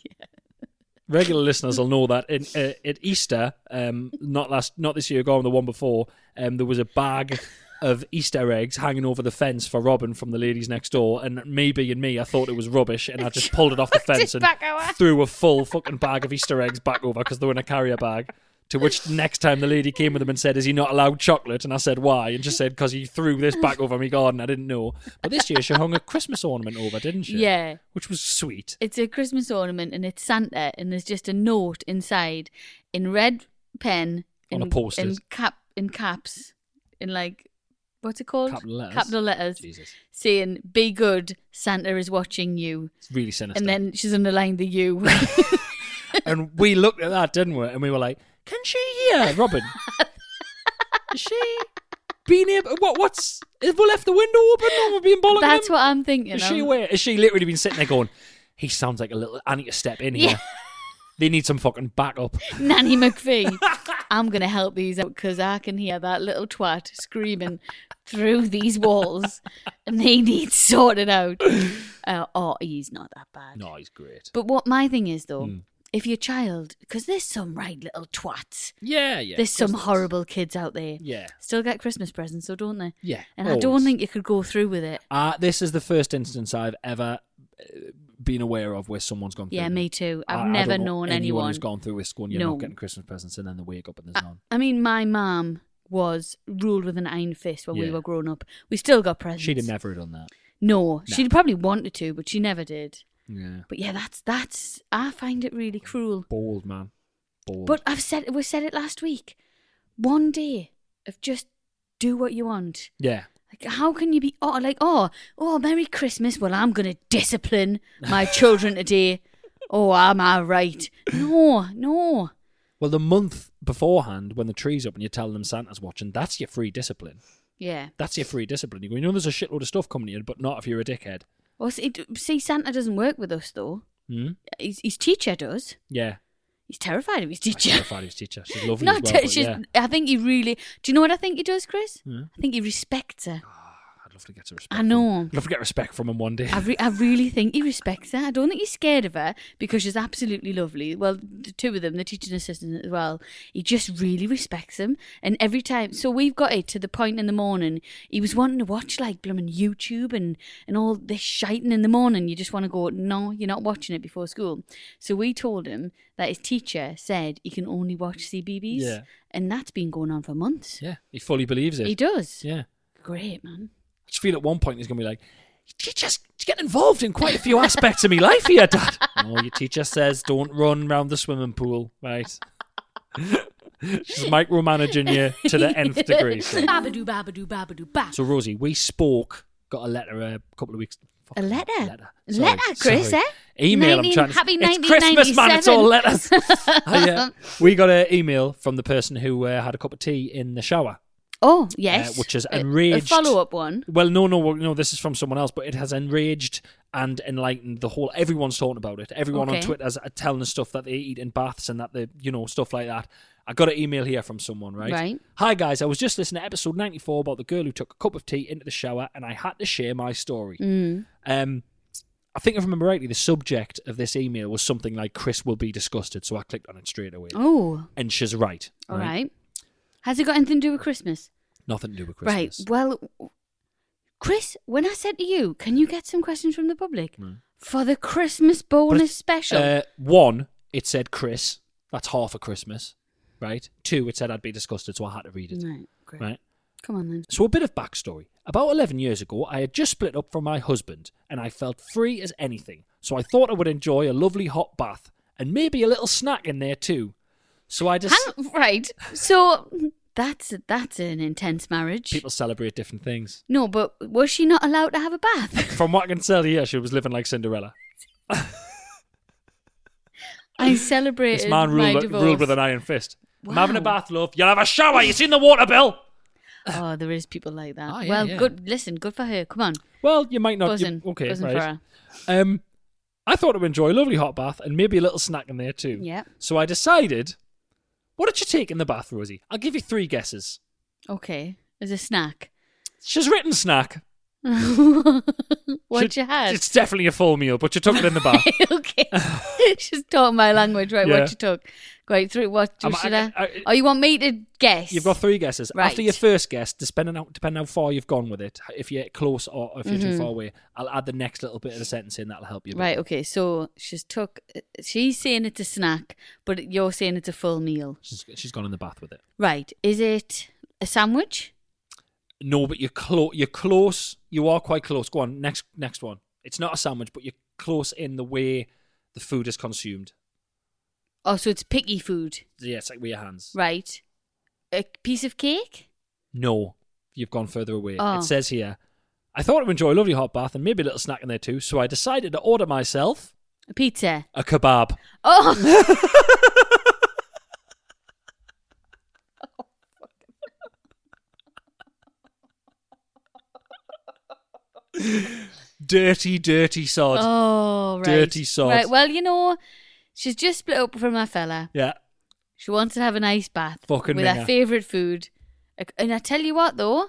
Regular listeners will know that in, uh, at Easter, um, not last, not this year, gone the one before, um, there was a bag of Easter eggs hanging over the fence for Robin from the ladies next door, and me being me, I thought it was rubbish, and I just pulled it off the fence and
back out.
threw a full fucking bag of Easter eggs back over because they were in a carrier bag. To which next time the lady came with them and said, "Is he not allowed chocolate?" And I said, "Why?" And just said, "Because he threw this back over my garden. I didn't know." But this year she hung a Christmas ornament over, didn't she?
Yeah.
which was sweet.
It's a Christmas ornament and it's Santa and there's just a note inside in red pen
On
in,
a post-it.
in cap in caps in like what's it called
Capital letters.
Capital letters
Jesus,
saying "Be good, Santa is watching you,"
it's really sinister.
and then she's underlined the "you."
and we looked at that, didn't we? And we were like, "Can she hear Robin? Is she being able? What? What's? Is we left the window open? Or we're being bollocked?
That's what I'm thinking.
Is
I'm-
she aware? Is she literally been sitting there going, "He sounds like a little. I need to step in here.
Yeah.
They need some fucking backup."
Nanny McPhee. I'm gonna help these out because I can hear that little twat screaming through these walls, and they need sorted out. Uh, oh, he's not that bad.
No, he's great.
But what my thing is
Hmm.
though, if your child, because there's some right little twats,
Yeah, yeah.
there's some
of course there is.
horrible kids out there.
Yeah.
Still get Christmas presents, though, don't they?
Yeah,
And I don't
always.
think you could go through with it.
Uh, this is the first instance I've ever uh, been aware of where someone's gone. through
Yeah,
with
me
it.
too.
I-
I've
I don't
never
know
known
anyone,
anyone.
who's gone through with school. You're
No.
not getting Christmas presents, and then they wake up and there's
I,
none.
I mean, my mum was ruled with an iron fist when we
Yeah.
were growing up. We still got presents.
She'd have never done that.
No, she probably wanted to, but she never did.
Yeah,
But yeah, that's that's. I find it really cruel.
bold man. Bold.
But uh, I've said we said it last week. One day of just do what you want.
yeah,
Like, how can you be oh, like, oh, oh, Merry Christmas? Well, I'm gonna discipline my children today. Oh, am I right? No, no.
well, the month beforehand, when the tree's up and you're telling them Santa's watching, that's your free discipline.
Yeah.
That's your free discipline. You go, you know, there's a shitload of stuff coming at you, but not if you're a dickhead.
Well, see, see, Santa doesn't work with us though.
Hmm?
His, his teacher does.
Yeah.
He's terrified of his
I'm
teacher.
terrified of his teacher. She's lovely
Not
as well,
ter-
but
she's-
yeah.
I think he really. Do you know what I think he does, Chris?
Hmm.
I think he respects her.
I'd love to get some respect.
I
from
know.
him. I'd love to get respect from him one day.
I, re- I really think he respects her. I don't think he's scared of her because she's absolutely lovely. Well, the two of them, the teaching assistant as well. He just really respects them. And every time, so we've got it to the point in the morning, he was wanting to watch like blooming YouTube and, and all this shiting in the morning. You just want to go, no, you're not watching it before school. So we told him that his teacher said he can only watch CBBS.
Yeah.
And that's been going on for months.
Yeah, he fully believes it.
He does.
Yeah.
Great, man.
I just feel at one point he's going to be like, you just get involved in quite a few aspects of me life here, Dad. oh, your teacher says don't run round the swimming pool, right? She's micromanaging you to the nth degree. So,
Babadoo, babadoo, babadoo, ba.
so Rosie, we spoke got a letter a couple of weeks. fuck,
A letter?
Letter.
Letter, Chris, eh?
Email. I'm
19
trying. To,
happy
it's Christmas, man. It's all letters.
1997.
Oh, yeah. We got an email from the person who uh, had a cup of tea in the shower.
Oh yes,
Uh, which is
A- A
enraged.
follow-up one.
Well, no, no, well, no. This is from someone else, but it has enraged and enlightened the whole. Everyone's talking about it. Everyone
Okay.
on Twitter's uh, telling us stuff that they eat in baths and that they, you know, stuff like that. I got an email here from someone, right?
Right.
Hi guys, I was just listening to episode ninety four about the girl who took a cup of tea into the shower, and I had to share my story.
Mm.
Um, I think if I remember rightly, the subject of this email was something like "Chris will be disgusted," so I clicked on it straight away.
Oh,
and she's right.
all right. Has it got anything to do with Christmas?
Nothing to do with Christmas.
Right. Well, w- Chris, when I said to you, can you get some questions from the public for the Christmas
Hmm. But
bonus
it's-
special?
Uh, one, it said Chris. That's half a Christmas, right? Two, it said I'd be disgusted, so I had to read it,
Right, great.
right?
Come on then.
So, a bit of backstory. About 11 years ago, I had just split up from my husband and I felt free as anything. So, I thought I would enjoy a lovely hot bath and maybe a little snack in there too. So, I just.
Hang- right. So that's that's an intense marriage.
People celebrate different things.
No, but was she not allowed to have a bath?
From what I can tell, yeah, she was living like Cinderella.
I celebrated
This man
my
ruled,
divorce.
ruled with an iron fist. I'm having a
Wow.
bath, love. You'll have a shower. You've seen the water bill.
oh, there is people like that.
Ah, yeah,
well,
yeah.
good. Listen, good for her. Come on,
Well, you might not. you-
buzzing.
okay,
buzzing
right.
for her.
Um, I thought I'd enjoy a lovely hot bath and maybe a little snack in there too.
Yep.
So I decided, what did you take in the bath, Rosie? I'll give you three guesses.
Okay, as a snack.
She's written snack.
what
She-
you had?
It's definitely a full meal, but you took it in the bath.
okay, she's taught my language. Right,
Yeah.
what you took? Right through what you
Um, I-
should I?
I-
oh, you want me to guess?
You've got three guesses.
Right.
After your first guess, depending how, depending how far you've gone with it, if you're close or if you're too
Mhm.
far away, I'll add the next little bit of the sentence in that'll help you. a bit.
Right. Okay. So she's took. She's saying it's a snack, but you're saying it's a full meal.
She's, she's gone in the bath with it.
Right. Is it a sandwich?
No, but you're close. You're close. You are quite close. Go on. Next, next one. It's not a sandwich, but you're close in the way the food is consumed.
Oh, so it's picky food.
Yeah, it's like with your hands.
Right. A piece of cake?
No, you've gone further away.
Oh.
It says here, I thought I'd enjoy a lovely hot bath and maybe a little snack in there too, so I decided to order myself
A pizza.
a kebab.
Oh.
Dirty, dirty sod.
oh, right.
Dirty sod.
Right. Well, you know, she's just split up from her fella.
Yeah.
She wants to have an ice bath
Fucking
with her
minger.
favorite food. And I tell you what, though,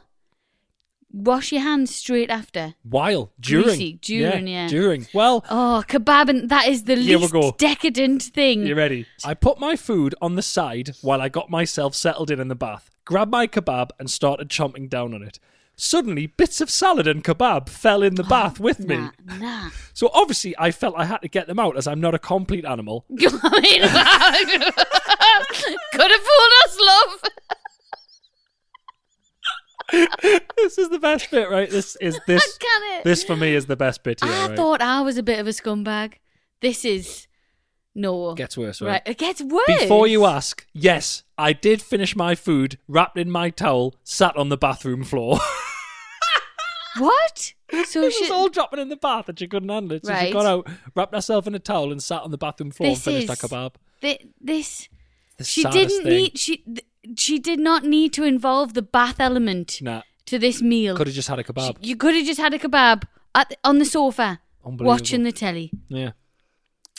wash your hands straight after.
While during,
Greasy, during, yeah.
during. Well,
Oh, kebab, and that is the
Here we
least
go.
decadent thing.
You ready? I put my food on the side while I got myself settled in in the bath, grabbed my kebab, and started chomping down on it. Suddenly, bits of salad and kebab fell in the bath with me.
Oh, Nah, nah.
So obviously, I felt I had to get them out as I'm not a complete animal.
I mean, could have fooled us, love.
this is the best bit, right? This is this.
I can't.
This for me is the best bit. Here,
I
right?
thought I was a bit of a scumbag. This is no.
gets worse, right?
It gets worse.
Before you ask, yes, I did finish my food, wrapped in my towel, sat on the bathroom floor.
what? So
this
she.
was all dropping in the bath and she couldn't handle it. So
Right.
she got out, wrapped herself in a towel and sat on the bathroom floor
This
and finished
is-
her kebab.
thi- this.
The
She
saddest
didn't
thing.
need. She. th- She did not need to involve the bath element
Nah,
to this meal.
could have just had a
She-
kebab.
you could have just had a kebab at the- on the sofa,
Unbelievable. Uh,
watching the telly.
Yeah.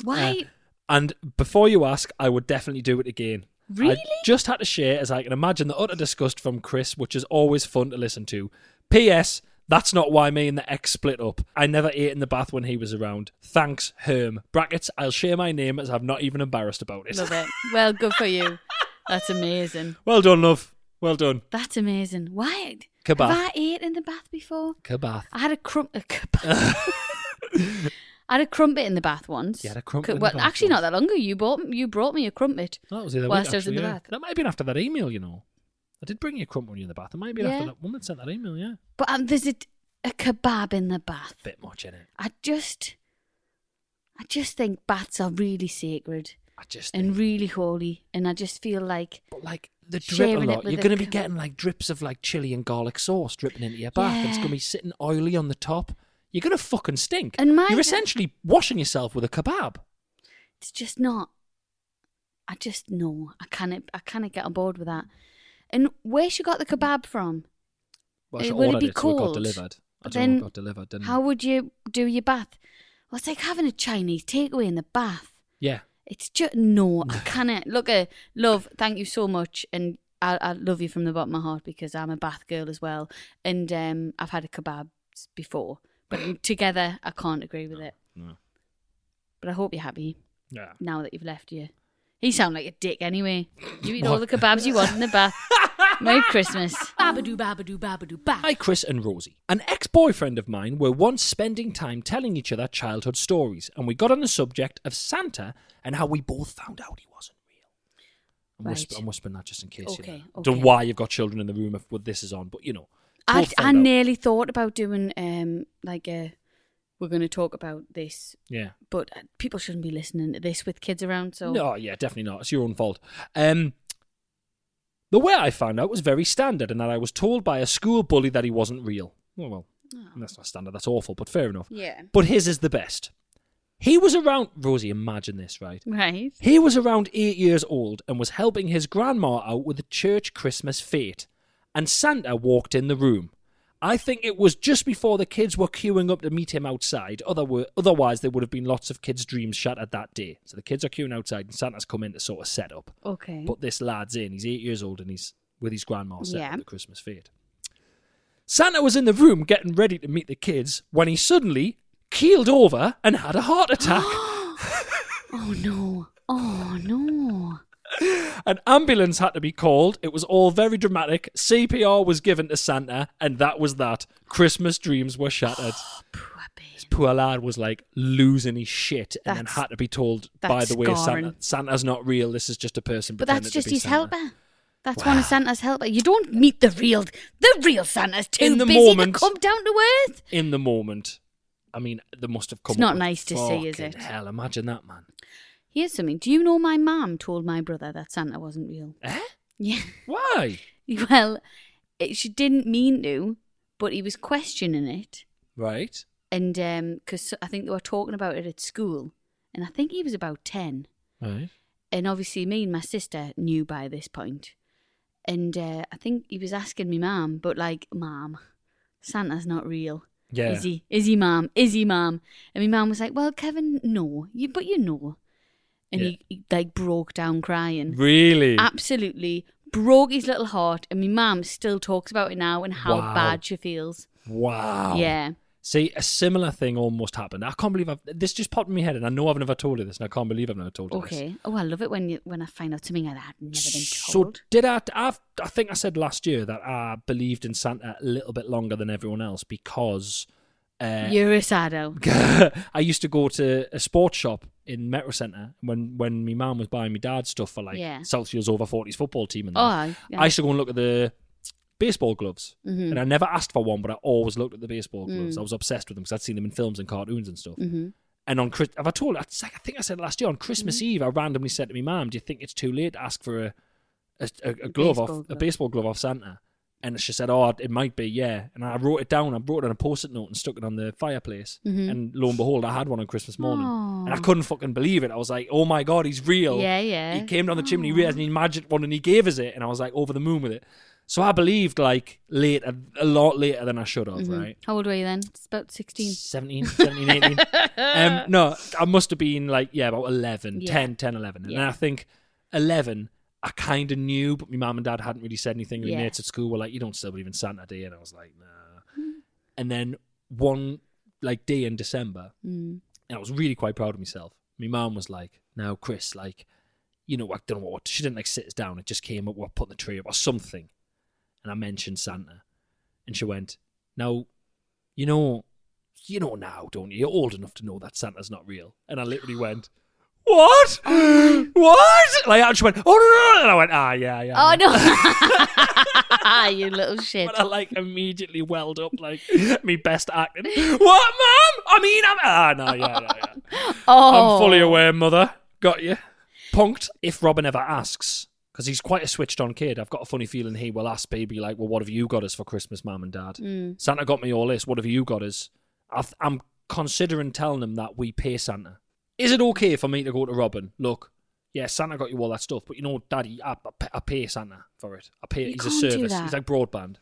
Why?
Uh, and before you ask, I would definitely do it again.
Really?
I just had to share, as I can imagine, the utter disgust from Chris, which is always fun to listen to. P.S. That's not why me and the ex split up. I never ate in the bath when he was around. Thanks, Herm. Brackets, I'll share my name as I'm not even embarrassed about it.
Love it. Well, good for you. That's amazing.
Well done, love. Well done.
That's amazing. Why?
Kebab.
Have I ate in the bath before?
Kebab.
I had a crump. A kebab. I had a crumpet in the bath once.
You had a crumpet in the
well,
bath
actually, not
once. Oh,
that long ago. You bought you brought me a crumpet.
That was the other
Whilst
week,
I was in
actually,
the
yeah.
bath.
That might have been after that email, you know. I did bring you a crump when you were in the bath. It might have been
Yeah.
after that woman sent that email, yeah.
But um, there's a, a kebab in the bath.
Bit much in it.
I just, I just think baths are really sacred.
I I just
and really holy, and I just feel like
like the drip a
sharing it
lot.
with
You're
a
going to be
co-
getting like drips of like chili and garlic sauce dripping into your bath. and It's
Yeah.
going to be sitting oily on the top. You're going to fucking stink.
And mine-
You're essentially washing yourself with a kebab.
it's just not. I just know I can't. I can't get on board with that. And where she got the kebab from?
Well,
Uh,
she
will it
ordered
be
it, so it got
cold?
delivered. I don't
Then
know it got delivered, didn't
How
it?
would you do your bath? Well, it's like having a Chinese takeaway in the bath.
Yeah.
It's just no. I can't. Look, uh, love. Thank you so much, and I, I love you from the bottom of my heart because I'm a bath girl as well, and um, I've had a kebab before, but together I can't agree with it.
No.
But I hope you're happy
Yeah.
now that you've left you. He sound like a dick anyway. You eat all the
What?
kebabs you want in the bath. Merry Christmas.
Babadoo, babadoo, babadoo, ba.
Hi, Chris and Rosie. An ex boyfriend of mine were once spending time telling each other childhood stories, and we got on the subject of Santa and how we both found out he wasn't real. I'm, whisp-
Right.
I'm whispering that just in case you
Okay,
know. Don't
okay.
know why you've got children in the room if what this is on, but you know.
I,
both
I
found out.
nearly thought about doing um like a we're going to talk about this,
Yeah.
but uh, people shouldn't be listening to this with kids around. So
No, yeah, definitely not. It's your own fault. Um, the way I found out was very standard, and that I was told by a school bully that he wasn't real. Oh, well, that's not standard. That's awful, but fair enough.
yeah,
But his is the best. He was around, Rosie, imagine this, right?
right.
He was around eight years old and was helping his grandma out with a church Christmas fete. And Santa walked in the room. I think it was just before the kids were queuing up to meet him outside. Other otherwise, there would have been lots of kids' dreams shattered that day. So the kids are queuing outside, and Santa's come in to sort of set up.
Okay.
But this lad's in. He's eight years old and he's with his grandma setting
Yeah.
up the Christmas fete. Santa was in the room getting ready to meet the kids when he suddenly keeled over and had a heart attack.
oh no! Oh no!
An ambulance had to be called. It was all very dramatic. CPR was given to Santa, and that was that. Christmas dreams were shattered.
Oh,
This poor lad was like losing his shit and
That's-
then had to be told, by
that's
the way, Santa,
scarring.
Santa's not real. This is just a person.
But that's
pretending to
just
be
his
Santa.
helper. That's one of Santa's helper. You don't meet the real, the real Santa's too
In the
busy
moment-
to come down to earth.
In the moment, I mean, they must have come.
It's not
up with
nice to see, is
fucking
it?
Hell, imagine that, man.
Here's something. Do you know my mum told my brother that Santa wasn't real?
Eh?
Yeah.
Why?
Well, it, she didn't mean to, but he was questioning it,
Right.
and because I think they were talking about it at school, and I think he was about ten.
Right.
and obviously me and my sister knew by this point and uh, i think he was asking me mom but like mom santa's not real
Yeah.
is he is he mom is he mom and my mom was like well kevin no you but you know and
Yeah.
he, he like broke down crying
Really?
Ah. absolutely broke his little heart and my mom still talks about it now and how
Wow. Oh,
bad she feels
wow.
yeah
See, a similar thing almost happened. I can't believe I've this just popped in my head, and I know I've never told you this, and I can't believe I've never told you this.
okay oh i love it when you when i find out something that i've never been
So
told
did I? I've, I think I said last year that I believed in Santa a little bit longer than everyone else because uh,
you're a sado
I used to go to a sports shop in Metro Centre when when my mum was buying my dad stuff for like
Yeah.
South Shields over 40s football team and
Oh,
that.
yeah.
I used to go and look at the baseball gloves
Mhm.
and I never asked for one but I always looked at the baseball gloves
Mm.
I was obsessed with them because I'd seen them in films and cartoons and stuff
mm-hmm.
and on Chris, have I told? I think I think I said last year on Christmas Eve, I randomly said to my mum, "Do you think it's too late to ask for a a, a, a glove off
baseball
a
glove.
baseball glove off Santa?" And she said, "Oh, it might be, yeah." And I wrote it down. I wrote it on a post-it note and stuck it on the fireplace.
Mhm.
And lo and behold, I had one on Christmas morning, and I
Aw.
couldn't fucking believe it. I was like, "Oh my god, he's real!"
Yeah, yeah.
He came down the chimney,
Aw.
realized he magic one, and he gave us it, and I was like over the moon with it. So I believed like later, a lot later than I should have,
Mhm.
right?
How old were you then? It's about 16.
17, 17, 18. um, no, I must have been like, yeah, about 11,
Yeah.
10, 10, 11. And
Yeah.
I think 11, I kind of knew, but my mum and dad hadn't really said anything. My
Yeah.
mates at school were like, you don't still believe in Santa, do you? And I was like, nah.
Hmm.
And then one like day in December,
Mm.
and I was really quite proud of myself. My mum was like, now, Chris, like, you know, I don't know what, she didn't like sit us down. It just came up, we're putting the tree up or something. And I mentioned Santa. And she went, now, you know, you know now, don't you? You're old enough to know that Santa's not real. And I literally went, what? what? Like, I just went, oh, no, no, no. And I went, ah, yeah, yeah.
Oh,
yeah."
no. you little shit.
But I like immediately welled up like me best acting. What, mum? I mean, I'm ah, no, yeah, yeah, yeah.
Oh.
I'm fully aware, mother. Got you. punked if Robin ever asks. Because he's quite a switched on kid. I've got a funny feeling he will ask baby, like, well, what have you got us for Christmas, mum and dad?
Mm.
Santa got me all this. What have you got us? i th- I'm considering telling him that we pay Santa. Is it okay for me to go to Robin? Look, yeah, Santa got you all that stuff, but you know, daddy, I, I pay- I pay Santa for it. I pay
You
it. He's a
can't do
service.
that.
He's like broadband.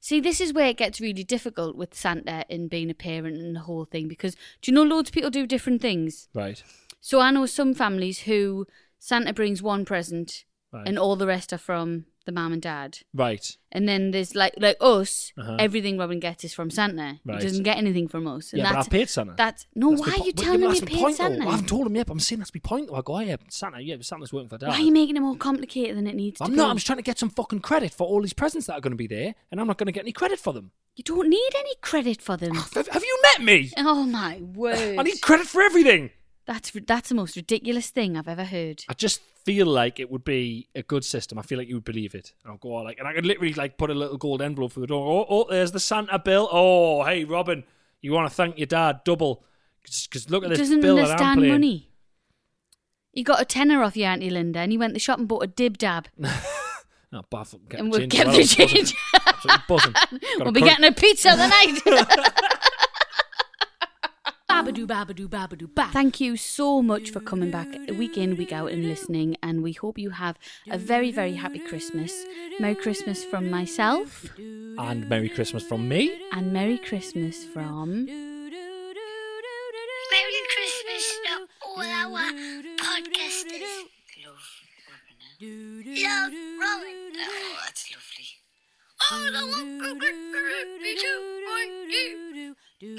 See, this is where it gets really difficult with Santa and being a parent and the whole thing because do you know loads of people do different things?
Right.
So I know some families who Santa brings one present
Right.
and all the rest are from the mum and dad.
Right.
And then there's like like us,
Uh-huh.
everything Robin gets is from Santa.
Right.
He doesn't get anything from us. And
yeah, but I
that's
paid Santa.
that's no.
That's my
why
po-
are you
Well, yeah,
telling
but
him
that's
you
my
paid
point, though.
Santa?
I haven't told him yet, but I'm saying that's my point. Though. I go, oh, yeah, Santa, yeah, but Santa's working for dad.
Why are you making it more complicated than it needs to
I'm
be?
not. I'm just trying to get some fucking credit for all these presents that are going to be there, and I'm not going to get any credit for them.
You don't need any credit for them.
Have, have you met me?
oh my word!
Ah, I need credit for everything.
That's that's the most ridiculous thing I've ever heard.
I just feel like it would be a good system. I feel like you would believe it. And I'll go oh, like, and I could literally like put a little gold envelope for the door. Oh, oh, there's the Santa bill. Oh, hey, Robin, you want to thank your dad double because look at
he
this
doesn't
bill that I'm
understand
playing.
money. He got a tenner off your auntie Linda, and he went to the shop and bought a dib dab,
Oh, bath, get
and
the
we
change.
kept
Well,
the
it's buzzing.
change.
Absolutely buzzing. Got a
we'll be
curry-
getting a pizza tonight. babadoo, babadoo, babadoo, ba. Thank you so much for coming back week in, week out, and listening. And we hope you have a very, very happy Christmas. Merry Christmas from myself,
and Merry Christmas from me.
and Merry Christmas from.
Merry Christmas to all our podcasters. Love, Robin. Oh, that's lovely. All I want is two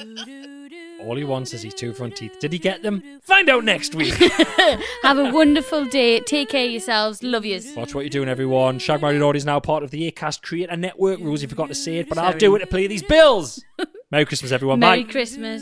front teeth.
All he wants is his two front teeth. Did he get them? Find out next week.
Have a wonderful day. Take care of yourselves. Love yous.
Watch what you're doing, everyone. Shag Married Lord is now part of the Acast Creator Network. Rules, you forgot to say it, but I'll
Sorry.
do it to play these bills. Merry Christmas, everyone.
Merry
Bye.
Christmas.